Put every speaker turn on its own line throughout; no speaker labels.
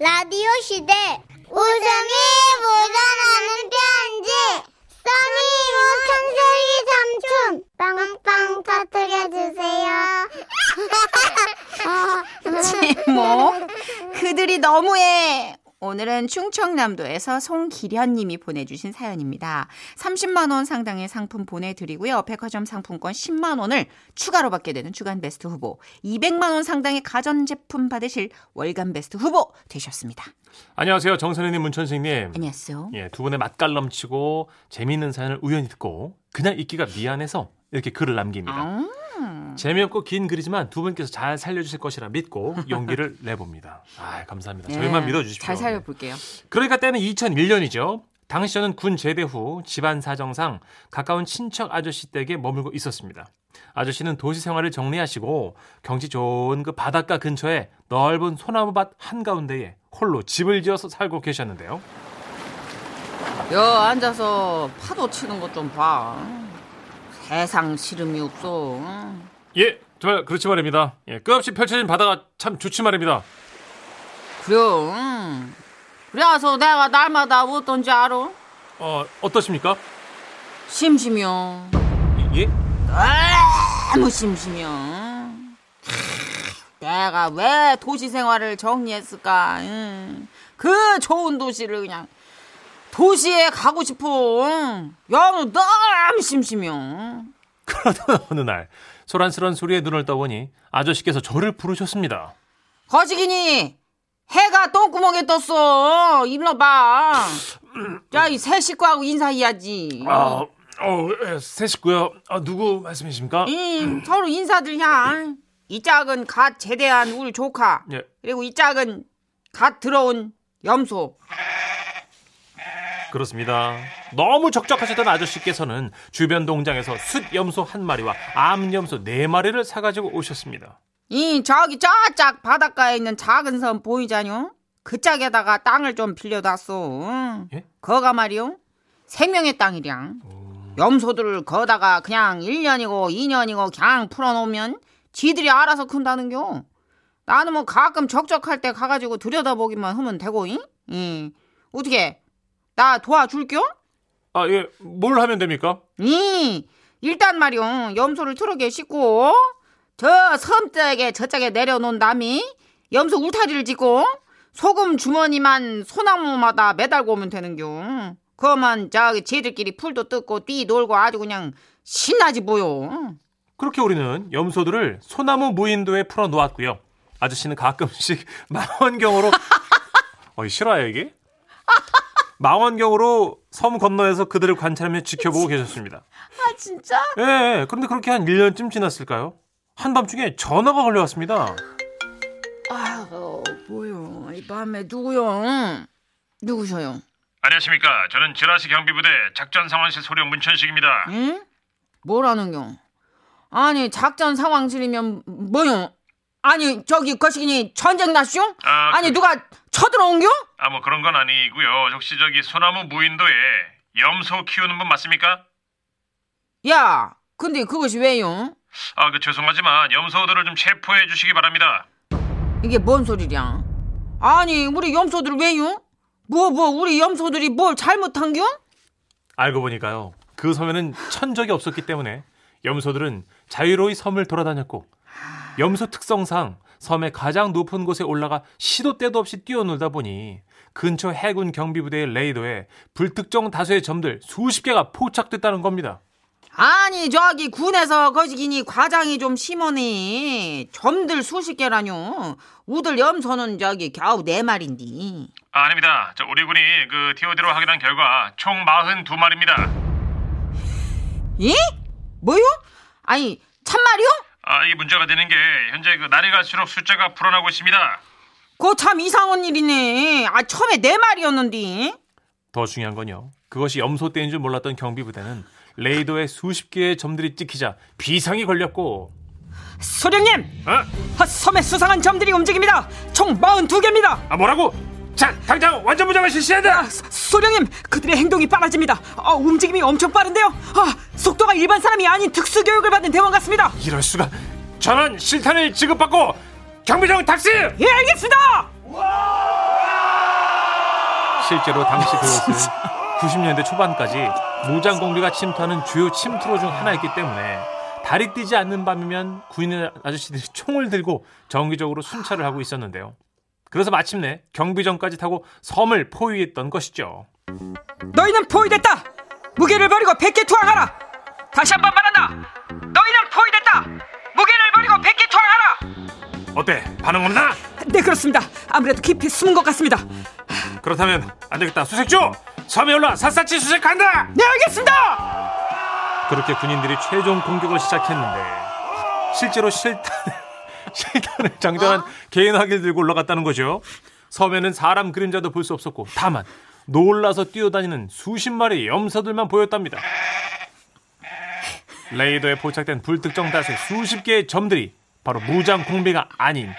라디오 시대 웃음이 묻어나는 편지 써니 우천세기 삼촌 빵빵 어, 터뜨려주세요
제목 뭐. 그들이 너무해 오늘은 충청남도에서 송기련님이 보내주신 사연입니다. 30만 원 상당의 상품 보내드리고요. 백화점 상품권 10만 원을 추가로 받게 되는 주간 베스트 후보, 200만 원 상당의 가전제품 받으실 월간 베스트 후보 되셨습니다.
안녕하세요. 정선희님, 문천식님.
안녕하세요.
예, 두 분의 맛깔 넘치고 재미있는 사연을 우연히 듣고 그날 읽기가 미안해서 이렇게 글을 남깁니다.
아,
재미없고 긴 글이지만 두 분께서 잘 살려주실 것이라 믿고 용기를 내봅니다. 아, 감사합니다. 저희만
네,
믿어주십시오.
잘 살려볼게요.
그러니까 때는 2001년이죠. 당시 저는 군 제대 후 집안 사정상 가까운 친척 아저씨 댁에 머물고 있었습니다. 아저씨는 도시 생활을 정리하시고 경치 좋은 그 바닷가 근처에 넓은 소나무밭 한가운데에 홀로 집을 지어서 살고 계셨는데요.
여 앉아서 파도 치는 것 좀 봐. 세상 시름이 없어.
예, 정말 그렇지 말입니다. 예, 끝없이 펼쳐진 바다가 참 좋지 말입니다.
그래. 응. 그래서 내가 날마다 어떤지 알아?
어, 어떠십니까?
심심이요.
예?
너무 심심이요. 내가 왜 도시 생활을 정리했을까? 응. 그 좋은 도시를 그냥 도시에 가고 싶어. 응. 너무 너무 심심이요.
그러던 어느 날 소란스런 소리에 눈을 떠보니 아저씨께서 저를 부르셨습니다.
거시기니 해가 똥구멍에 떴어. 일로 봐. 야, 이 새 식구하고 인사해야지.
아, 어, 예, 새 식구요. 아, 누구 말씀이십니까?
음, 서로 인사들 향. 이 짝은 갓 제대한 우리 조카.
예.
그리고 이 짝은 갓 들어온 염소.
그렇습니다. 너무 적적하셨던 아저씨께서는 주변 동장에서 숫염소 한 마리와 암염소 네 마리를 사가지고 오셨습니다.
이 저기 저짝 바닷가에 있는 작은 섬 보이자뇨? 그 짝에다가 땅을 좀 빌려놨어.
예?
거가 말이요. 생명의 땅이량. 염소들을 거다가 그냥 1년이고 2년이고 그냥 풀어놓으면 지들이 알아서 큰다는겨. 나는 뭐 가끔 적적할 때 가가지고 들여다보기만 하면 되고, 잉? 예. 어떻게, 나 도와줄겨?
아, 예, 뭘 하면 됩니까?
이 일단 말이요 염소를 트럭에 싣고 저 섬짝에 저짝에 내려놓은 남이 염소 울타리를 짓고 소금 주머니만 소나무마다 매달고 오면 되는겨 그만 저기 쟤들끼리 풀도 뜯고 뛰 놀고 아주 그냥 신나지 뭐요
그렇게 우리는 염소들을 소나무 무인도에 풀어 놓았고요. 아저씨는 가끔씩 망원경으로 어이 실화야 이게? 망원경으로 섬 건너에서 그들을 관찰하며 지켜보고 계셨습니다.
아 진짜?
예, 예, 그런데 그렇게 한 1년쯤 지났을까요? 한밤중에 전화가 걸려왔습니다.
아유 뭐요 이 밤에 누구요 누구셔요
안녕하십니까. 저는 지라시 경비부대 작전상황실 소령 문천식입니다.
응? 뭐라는겨? 아니 작전 상황실이면 뭐요? 아니 저기 거시기니 전쟁 났쇼?
아,
아니
그-
누가 쳐들어온겨?
아, 뭐 그런 건 아니고요. 혹시 저기 소나무 무인도에 염소 키우는 분 맞습니까?
야 근데 그것이 왜요?
아, 그 죄송하지만 염소들을 좀 체포해 주시기 바랍니다.
이게 뭔 소리냐? 아니 우리 염소들 왜요? 뭐 뭐 우리 염소들이 뭘 잘못한겨?
알고 보니까요. 그 섬에는 천적이 없었기 때문에 염소들은 자유로이 섬을 돌아다녔고 염소 특성상 섬의 가장 높은 곳에 올라가 시도 때도 없이 뛰어놀다 보니 근처 해군 경비부대의 레이더에 불특정 다수의 점들 수십 개가 포착됐다는 겁니다.
아니 저기 군에서 거시기니 과장이 좀 심하네 점들 수십 개라뇨 우들 염소는 저기 겨우 네 마린디
아, 닙니다저 우리 군이 그 TOD로 확인한 결과 총 42마리입니다.
예? 뭐요? 아니 참말이요?
아, 이게 문제가 되는 게 현재 그 날이 갈수록 숫자가 불어나고 있습니다.
그거 참 이상한 일이네. 아 처음에 내 말이었는데.
더 중요한 건요. 그것이 염소 떼인 줄 몰랐던 경비부대는 레이더에 수십 개의 점들이 찍히자 비상이 걸렸고
소령님!
어?
섬에 수상한 점들이 움직입니다. 총 42개입니다.
아 뭐라고? 자 당장 완전 무장을 실시한다.
소령님, 그들의 행동이 빨라집니다. 아, 움직임이 엄청 빠른데요. 아, 속도가 일반 사람이 아닌 특수 교육을 받은 대원 같습니다.
이럴 수가 전원 실탄을 지급받고 경비정 탑승
예, 알겠습니다.
아! 실제로 당시 그것은 90년대 초반까지 무장공비가 침투하는 주요 침투로 중 하나였기 때문에 달이 뜨지 않는 밤이면 군인 아저씨들이 총을 들고 정기적으로 순찰을 하고 있었는데요. 그래서 마침내 경비정까지 타고 섬을 포위했던 것이죠.
너희는 포위됐다. 무게를 버리고 백개 투항하라. 다시 한 번 말한다. 너희는 포위됐다. 무게를 버리고 백개 투항하라.
어때? 반응 없나?
네 그렇습니다. 아무래도 깊이 숨은 것 같습니다.
그렇다면 안 되겠다. 수색조! 섬에 올라 샅샅이 수색한다!
네 알겠습니다.
그렇게 군인들이 최종 공격을 시작했는데 실제로 실탄 실탄을 장전한 개인 화기를 들고 올라갔다는 거죠. 섬에는 사람 그림자도 볼 수 없었고 다만 놀라서 뛰어다니는 수십 마리의 염소들만 보였답니다. 레이더에 포착된 불특정 다수의 수십 개의 점들이 바로 무장 공비가 아닌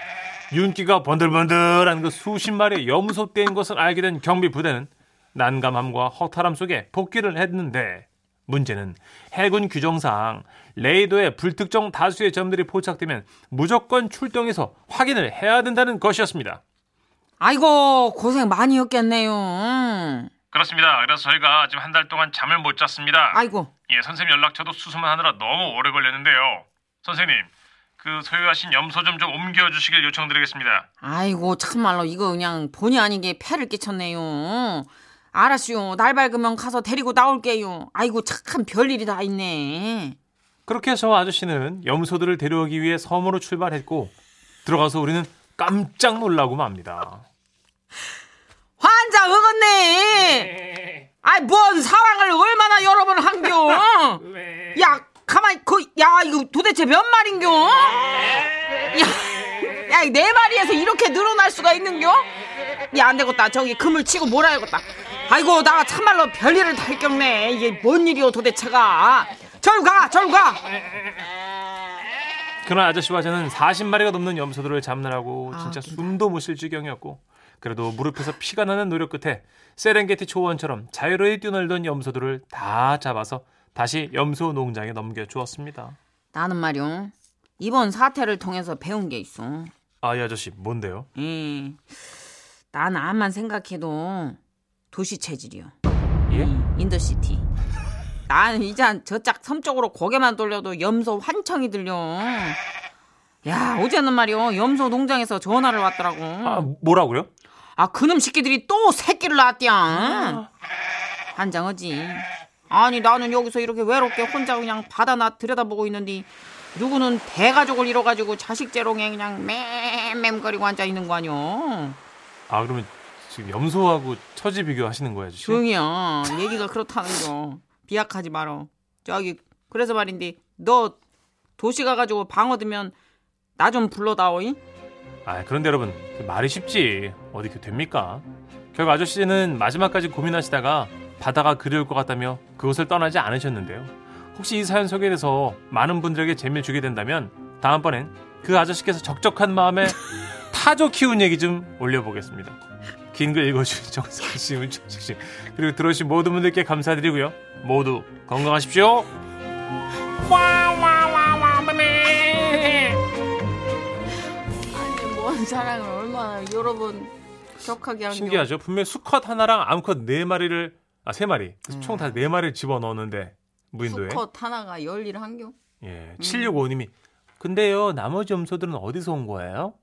윤기가 번들번들한 그 수십 마리의 염소떼인 것을 알게 된 경비 부대는 난감함과 허탈함 속에 복귀를 했는데 문제는 해군 규정상 레이더에 불특정 다수의 점들이 포착되면 무조건 출동해서 확인을 해야 된다는 것이었습니다.
아이고 고생 많이 했겠네요.
그렇습니다. 그래서 저희가 지금 한 달 동안 잠을 못 잤습니다.
아이고
예, 선생님 연락처도 수소만 하느라 너무 오래 걸렸는데요. 선생님, 그 소유하신 염소 좀 좀 옮겨주시길 요청드리겠습니다.
아이고 참말로 이거 그냥 본의 아니게 폐를 끼쳤네요. 알았슈. 날 밝으면 가서 데리고 나올게요. 아이고 참 별일이 다 있네.
그렇게 해서 아저씨는 염소들을 데려오기 위해 섬으로 출발했고 들어가서 우리는 깜짝 놀라고 맙니다.
환장 어겄네. 아이 뭔 사랑을 얼마나 여러 번 한겨. 어? 야 가만 그야 이거 도대체 몇 마린겨? 야야네 마리에서 이렇게 늘어날 수가 있는겨? 야 안 되겠다 저기 금을 치고 몰아야겠다. 아이고 나 참말로 별일을 다 겪네. 이게 뭔 일이오 도대체가? 아, 저리 가 저리 가.
그날 아저씨와 저는 40마리가 넘는 염소들을 잡느라고 진짜 숨도 못 쉴 지경이었고 그래도 무릎에서 피가 나는 노력 끝에 세렝게티 초원처럼 자유로이 뛰어놀던 염소들을 다 잡아서 다시 염소 농장에 넘겨주었습니다.
나는 말이오 이번 사태를 통해서 배운 게 있어.
아 이 아저씨 뭔데요?
예. 난 암만 생각해도 도시 체질이요. 음,
예?
인더시티. 난 이제 저짝 섬 쪽으로 고개만 돌려도 염소 환청이 들려. 야 어제는 말이요 염소 농장에서 전화를 왔더라고.
아
아,
뭐라고요?
그놈 새끼들이 또 새끼를 낳았디야. 환장하지. 아니 나는 여기서 이렇게 외롭게 혼자 그냥 바다나 들여다보고 있는데 누구는 대가족을 잃어가지고 자식 재롱에 그냥 맴맴거리고 앉아 있는 거 아니오.
아 그러면 지금 염소하고 처지 비교하시는 거예요 아저씨?
조용히야. 얘기가 그렇다는 거. 비약하지 말어. 저기 그래서 말인데 너 도시 가가지고 방 얻으면 나 좀 불러다오이.
아 그런데 여러분 말이 쉽지 어디 그 됩니까? 결국 아저씨는 마지막까지 고민하시다가 바다가 그리울 것 같다며 그곳을 떠나지 않으셨는데요. 혹시 이 사연 소개돼서 많은 분들에게 재미를 주게 된다면 다음번엔 그 아저씨께서 적적한 마음에 타조 키운 얘기 좀 올려보겠습니다. 긴 글 읽어주신 정선 씨, 문천식 씨 그리고 들어오신 모든 분들께 감사드리고요. 모두 건강하십시오.
아니 뭔 사랑을 얼마나 여러 번 격하게 한
신기하죠. 분명 수컷 하나랑 암컷 네 마리를 아 세 마리. 총
음.
다 네 마리를 집어 넣었는데 무인도에.
하나가 열일 한겨.
예.
음.
765님이 근데요 나머지 염소들은 어디서 온 거예요?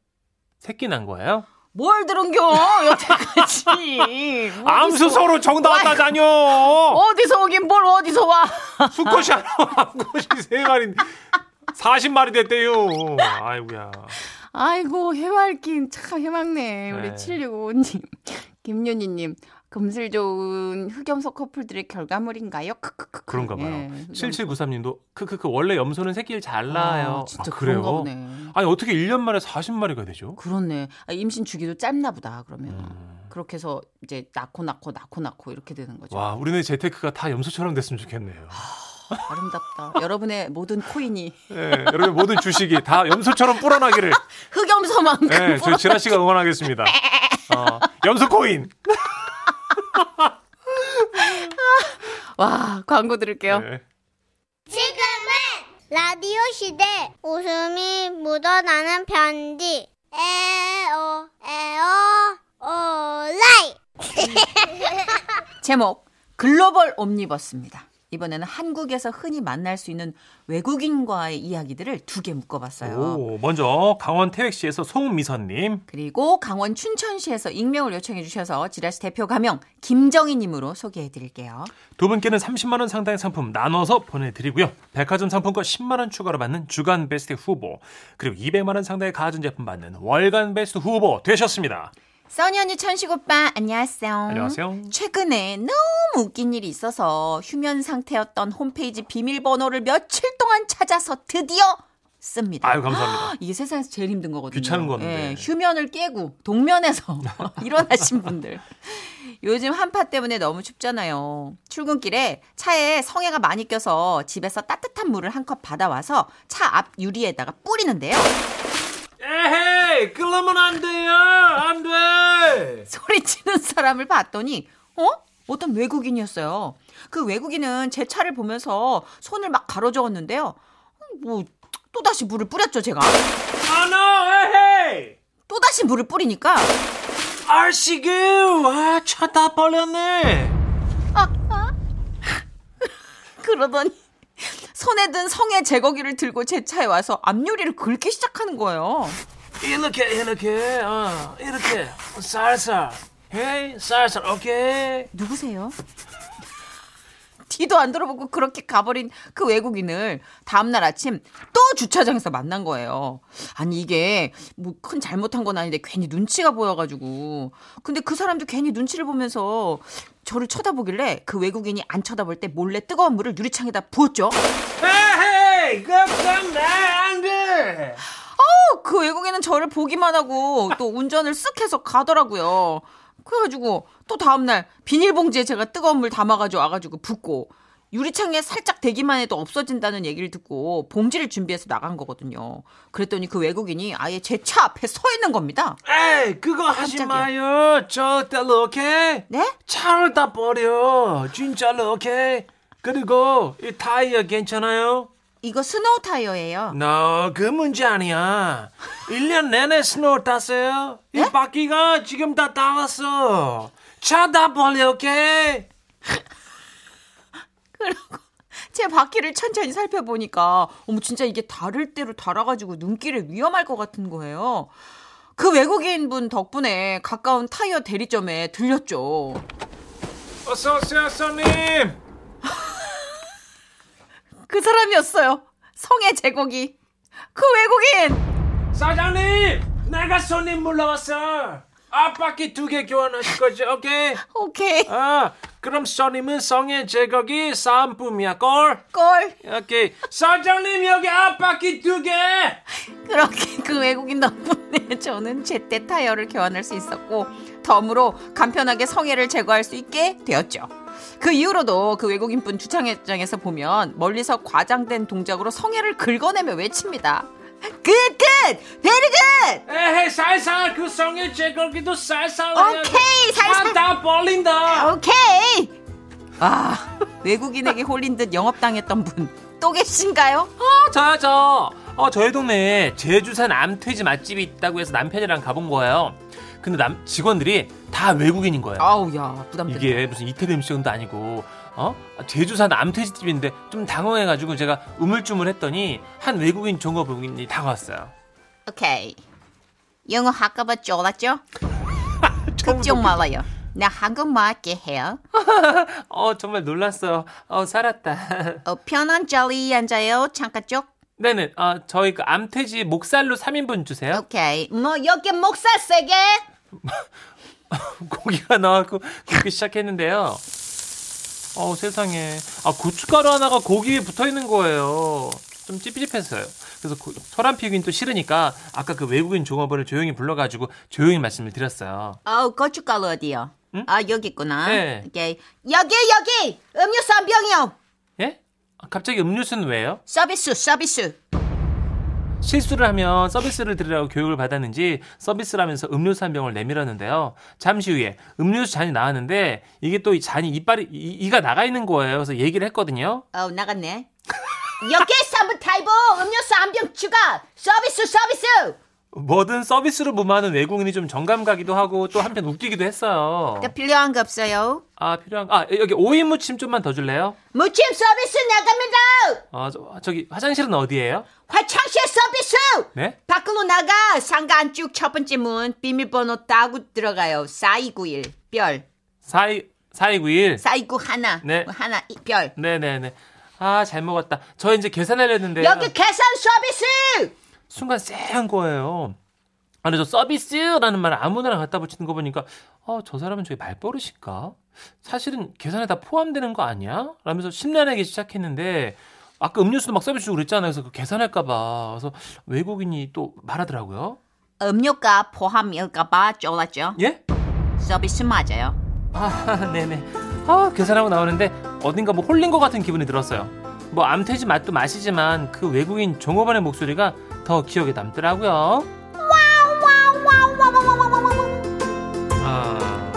새끼 난 거예요?
뭘 들은겨 여태까지.
암수 서로 정당하다다뇨.
어디서 오긴 뭘 어디서 와.
수컷이 하나, 암컷이 세 마리. 40마리 됐대요. 아이고야.
아이고 해맑긴 참 해맑네 우리
네.
7655님 김윤희님 금슬 좋은 흑염소 커플들의 결과물인가요? 크크크크
그런가 봐요.
예, 흑염소.
7793님도 크크크 원래 염소는 새끼를 잘 낳아요.
아, 진짜
아,
그런가
그래요?
보네.
아니 어떻게 1년 만에 40마리가 되죠?
그렇네. 아, 임신 주기도 짧나 보다 그러면. 그렇게 해서 이제 낳고 낳고 낳고 낳고 이렇게 되는 거죠.
음. 와, 우리네 재테크가 다 염소처럼 됐으면 좋겠네요.
아름답다. 여러분의 모든 코인이
예, 여러분 모든 주식이 다 염소처럼 불어나기를
흑염소만큼
예, 저희 지라 씨가 응원하겠습니다. 어, 염소 코인.
와 광고 들을게요.
예.
지금은 라디오 시대 웃음이 묻어나는 편지 에어 에어 오라이
제목 글로벌 옴니버스입니다. 이번에는 한국에서 흔히 만날 수 있는 외국인과의 이야기들을 두 개 묶어봤어요.
오, 먼저 강원 태백시에서 송미선님.
그리고 강원 춘천시에서 익명을 요청해 주셔서 지라시 대표 가명 김정희님으로 소개해 드릴게요.
두 분께는 30만 원 상당의 상품 나눠서 보내드리고요. 백화점 상품권 10만 원 추가로 받는 주간 베스트 후보 그리고 200만 원 상당의 가전제품 받는 월간 베스트 후보 되셨습니다.
써니 언니 천식 오빠 안녕하세요.
안녕하세요.
최근에 너무 웃긴 일이 있어서 휴면 상태였던 홈페이지 비밀번호를 며칠 동안 찾아서 드디어 씁니다.
아유 감사합니다.
이게 세상에서 제일 힘든 거거든요.
귀찮은
예,
건데.
휴면을 깨고 동면에서 일어나신 분들. 요즘 한파 때문에 너무 춥잖아요. 출근길에 차에 성에가 많이 껴서 집에서 따뜻한 물을 한 컵 받아와서 차 앞 유리에다가 뿌리는데요.
에헤이 그러면 안 돼요. 안 돼.
소리치는 사람을 봤더니 어? 어떤 외국인이었어요. 그 외국인은 제 차를 보면서 손을 막 가로저었는데요. 뭐 또다시 물을 뿌렸죠, 제가.
아노 아, 에헤이.
또다시 물을 뿌리니까
아시구 아 차 다 벌렸네.
그러더니 손에 든 성의 제거기를 들고 제 차에 와서 앞유리를 긁기 시작하는 거예요.
이렇게 이렇게 어, 이렇게 살살 헤이 살살 오케이
누구세요? 뒤도 안 돌아보고 그렇게 가버린 그 외국인을 다음날 아침 또 주차장에서 만난 거예요. 아니 이게 뭐 큰 잘못한 건 아닌데 괜히 눈치가 보여가지고 근데 그 사람도 괜히 눈치를 보면서 저를 쳐다보길래 그 외국인이 안 쳐다볼 때 몰래 뜨거운 물을 유리창에다 부었죠.
헤이 그건 안돼
그 외국인은 저를 보기만 하고 또 운전을 쓱 해서 가더라고요. 그래가지고 또 다음날 비닐봉지에 제가 뜨거운 물 담아가지고 와가지고 붓고 유리창에 살짝 대기만 해도 없어진다는 얘기를 듣고 봉지를 준비해서 나간 거거든요. 그랬더니 그 외국인이 아예 제 차 앞에 서 있는 겁니다.
에이 그거 하지
깜짝이야.
마요 절대로 오케이
네?
차를 다 버려 진짜로 오케이 그리고 이 타이어 괜찮아요?
이거 스노우 타이어예요.
너그 문제 아니야 1년 내내 스노우 탔어요 이
네?
바퀴가 지금 다 닳았어 차 다 버려 오케이
그리고 제 바퀴를 천천히 살펴보니까 어머 진짜 이게 다를 대로 달아가지고 눈길에 위험할 것 같은 거예요. 그 외국인분 덕분에 가까운 타이어 대리점에 들렸죠.
어서 오세요 손님
그 사람이었어요. 성의 제국이. 그 외국인!
사장님, 내가 손님 물러왔어. 앞바퀴 두 개 교환하실 거죠? 오케이.
오케이.
아, 그럼 손님은 성의 제거기 사은품이야, 꼴.
꼴.
오케이. 사장님 여기 앞바퀴 두 개.
그렇게 그 외국인 덕분에 저는 제때 타이어를 교환할 수 있었고 덤으로 간편하게 성애를 제거할 수 있게 되었죠. 그 이후로도 그 외국인분 주차장에서 보면 멀리서 과장된 동작으로 성애를 긁어내며 외칩니다. 굿굿! 베리굿!
에헤이, 살살 그 성의 제거기도 살살. 아, 어,
오케이, 살살.
다 벌린다.
오케이! 아 외국인에게 홀린 듯 영업당했던 분 또 계신가요?
아, 저요, 저. 어, 저희 동네에 제주산 암퇴지 맛집이 있다고 해서 남편이랑 가본 거예요. 근데 남 직원들이 다 외국인인 거예요.
아우 야 부담된다.
이게 무슨 이태리 음식점도 아니고 어 제주산 암퇴지집인데 좀 당황해가지고 제가 우물쭈물했더니 한 외국인 종업원이 다가왔어요.
오케이. 영어 학급은 졸았죠? 걱정 말아요. 나 한국말 할게 해요.
어 정말 놀랐어요. 어 살았다.
어, 편한 자리에 앉아요. 잠깐 쪽.
네네. 어 저희 그 암퇴지 목살로 3인분 주세요.
오케이. 뭐 여기 목살 세게.
고기가 나왔고 굽기 시작했는데요. 어 세상에. 아 고춧가루 하나가 고기에 붙어 있는 거예요. 좀 찝찝했어요. 그래서 고- 소란 피우긴 또 싫으니까 아까 그 외국인 종업원을 조용히 불러가지고 조용히 말씀을 드렸어요.
어, 고춧가루 어디요? 아 여기 있구나.
네.
오케이. 여기 여기 음료수 한 병이요.
예? 아, 갑자기 음료수는 왜요?
서비스 서비스.
실수를 하면 서비스를 드리라고 교육을 받았는지 서비스를 하면서 음료수 한 병을 내밀었는데요. 잠시 후에 음료수 잔이 나왔는데 이게 또 이 잔이 이빨이 이, 이가 나가 있는 거예요. 그래서 얘기를 했거든요.
어 나갔네.
여기 3분 타이보 음료수 한 병 추가 서비스 서비스
뭐든 서비스로 무마하는 외국인이 좀 정감 가기도 하고 또 한편 웃기기도 했어요.
나 필요한 거 없어요.
아 필요한 아 여기 오이 무침 좀만 더 줄래요?
무침 서비스 나갑니다.
아 저, 저기 화장실은 어디예요?
화창실 서비스.
네?
밖으로 나가 상가 안쪽 첫 번째 문 비밀번호 따고 들어가요. 4291 별.
사이 사이구일.
4291 하나.
네.
뭐 하나 이 별.
네네네. 아 잘 먹었다. 저 이제 계산하려 했는데
여기 계산 서비스.
순간 쎄한 거예요. 아니 저 서비스라는 말 아무나 갖다 붙이는 거 보니까 어 저 사람은 저게 말버릇일까? 사실은 계산에 다 포함되는 거 아니야? 라면서 심란하기 시작했는데 아까 음료수도 막 서비스 주고 그랬잖아요. 그래서 그 계산할까 봐. 그래서 외국인이 또 말하더라고요.
음료가 포함일까봐 쫄았죠.
예?
서비스 맞아요.
아, 네네. 아, 계산하고 나오는데 어딘가 뭐 홀린 것 같은 기분이 들었어요. 뭐 암퇴지 맛도 맛이지만 그 외국인 종업원의 목소리가 더 기억에 남더라고요. 아,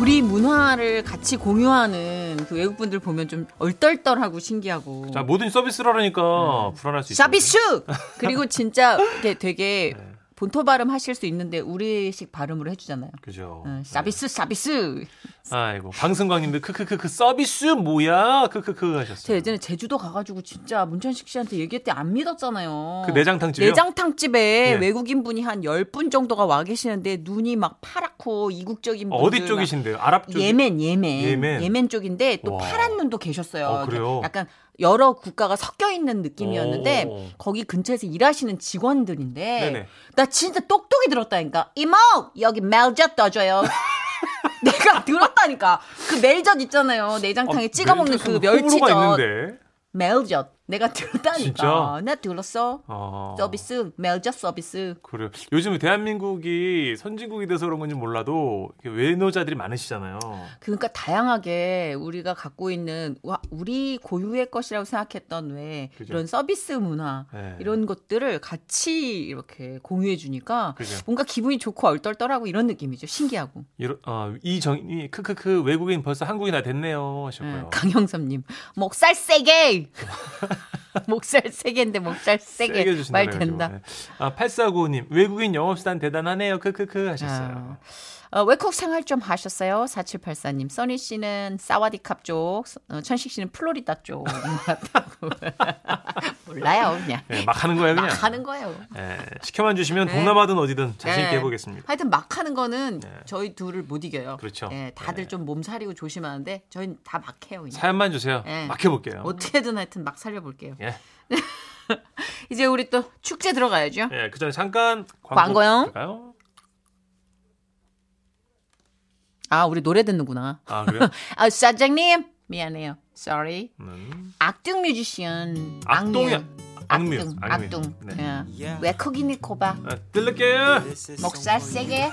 우리 문화를 같이 공유하는 그 외국분들 보면 좀 얼떨떨하고 신기하고.
자, 뭐든 서비스를 하라니까 불안할 수 있어요.
서비스! 그리고 진짜 이게 되게
네.
본토 발음 하실 수 있는데 우리식 발음으로 해주잖아요.
그죠. 네.
응, 서비스, 서비스!
아이고, 그, 방승광님도 크크크크 서비스 뭐야? 크크크 하셨어요.
제가 예전에 제주도 가가지고 진짜 문천식 씨한테 얘기할 때 안 믿었잖아요.
그 내장탕집이요?
내장탕집에
예.
외국인 분이 한 10분 정도가 와 계시는데 눈이 막 파랗고 이국적인 분들
어디
막
쪽이신데요? 아랍 쪽?
예멘, 예멘,
예멘.
예멘. 쪽인데 또
와.
파란 눈도 계셨어요. 그러니까
어, 그래요?
약간 여러 국가가 섞여 있는 느낌이었는데
오.
거기 근처에서 일하시는 직원들인데
어. 네네.
나 진짜 똑똑히 들었다니까. 이모 여기 멜젓 떠줘요. 내가 들었다니까. 그 멜젓 있잖아요. 내장탕에 찍어 먹는 그
가
멸치젓.
있는데.
멜젓. 내가 들었다니까.
진짜?
나 들었어.
어.
서비스 멜젓 서비스.
그래요. 요즘에 대한민국이 선진국이 돼서 그런 건지 몰라도 이렇게 외노자들이 많으시잖아요.
그러니까 다양하게 우리가 갖고 있는 와, 우리 고유의 것이라고 생각했던 왜
그죠.
이런 서비스 문화
네.
이런 것들을 같이 이렇게 공유해 주니까
그죠.
뭔가 기분이 좋고 얼떨떨하고 이런 느낌이죠. 신기하고.
이런- 어, 이정이 크크크 외국인 벌써 한국이나 됐네요
음,
하셨고요.
강영섭 님. 목살 세게. 목살 세게인데 목살 세게,
주신다
말
그래가지고.
된다.
네. 아, 8495님 외국인 영업수단 대단하네요. 크크크 하셨어요.
어, 외국 생활 좀 하셨어요? 4784님. 써니 씨는 사와디캅 쪽, 어, 천식 씨는 플로리다 쪽. 맞다고. 몰라요, 그냥.
네, 막 하는 거예요 그냥.
막 하는 거예요.
네, 시켜만 주시면 동남아든 어디든 자신 있게
네.
해보겠습니다.
하여튼 막 하는 거는 저희 둘을 못 이겨요.
네. 그렇죠.
예, 다들 좀 몸 사리고 조심하는데 저희는 다 막해요. 그냥.
사연만 주세요.
네.
막 해볼게요.
어떻게든 하여튼 막 살려볼게요.
예.
이제 우리 또 축제 들어가야죠.
네, 그 전에 잠깐 광고
광고요.
들을까요?
아, 우리 노래 듣는구나.
아 그래요?
아, 사장님 미안해요. Sorry.
음.
악동 뮤지션.
악동이
악뮤.
악뮤.
악동.
악뮤.
악동.
네.
예. 왜 거기 어. 니코바?
아, 들를게요.
목살 세게.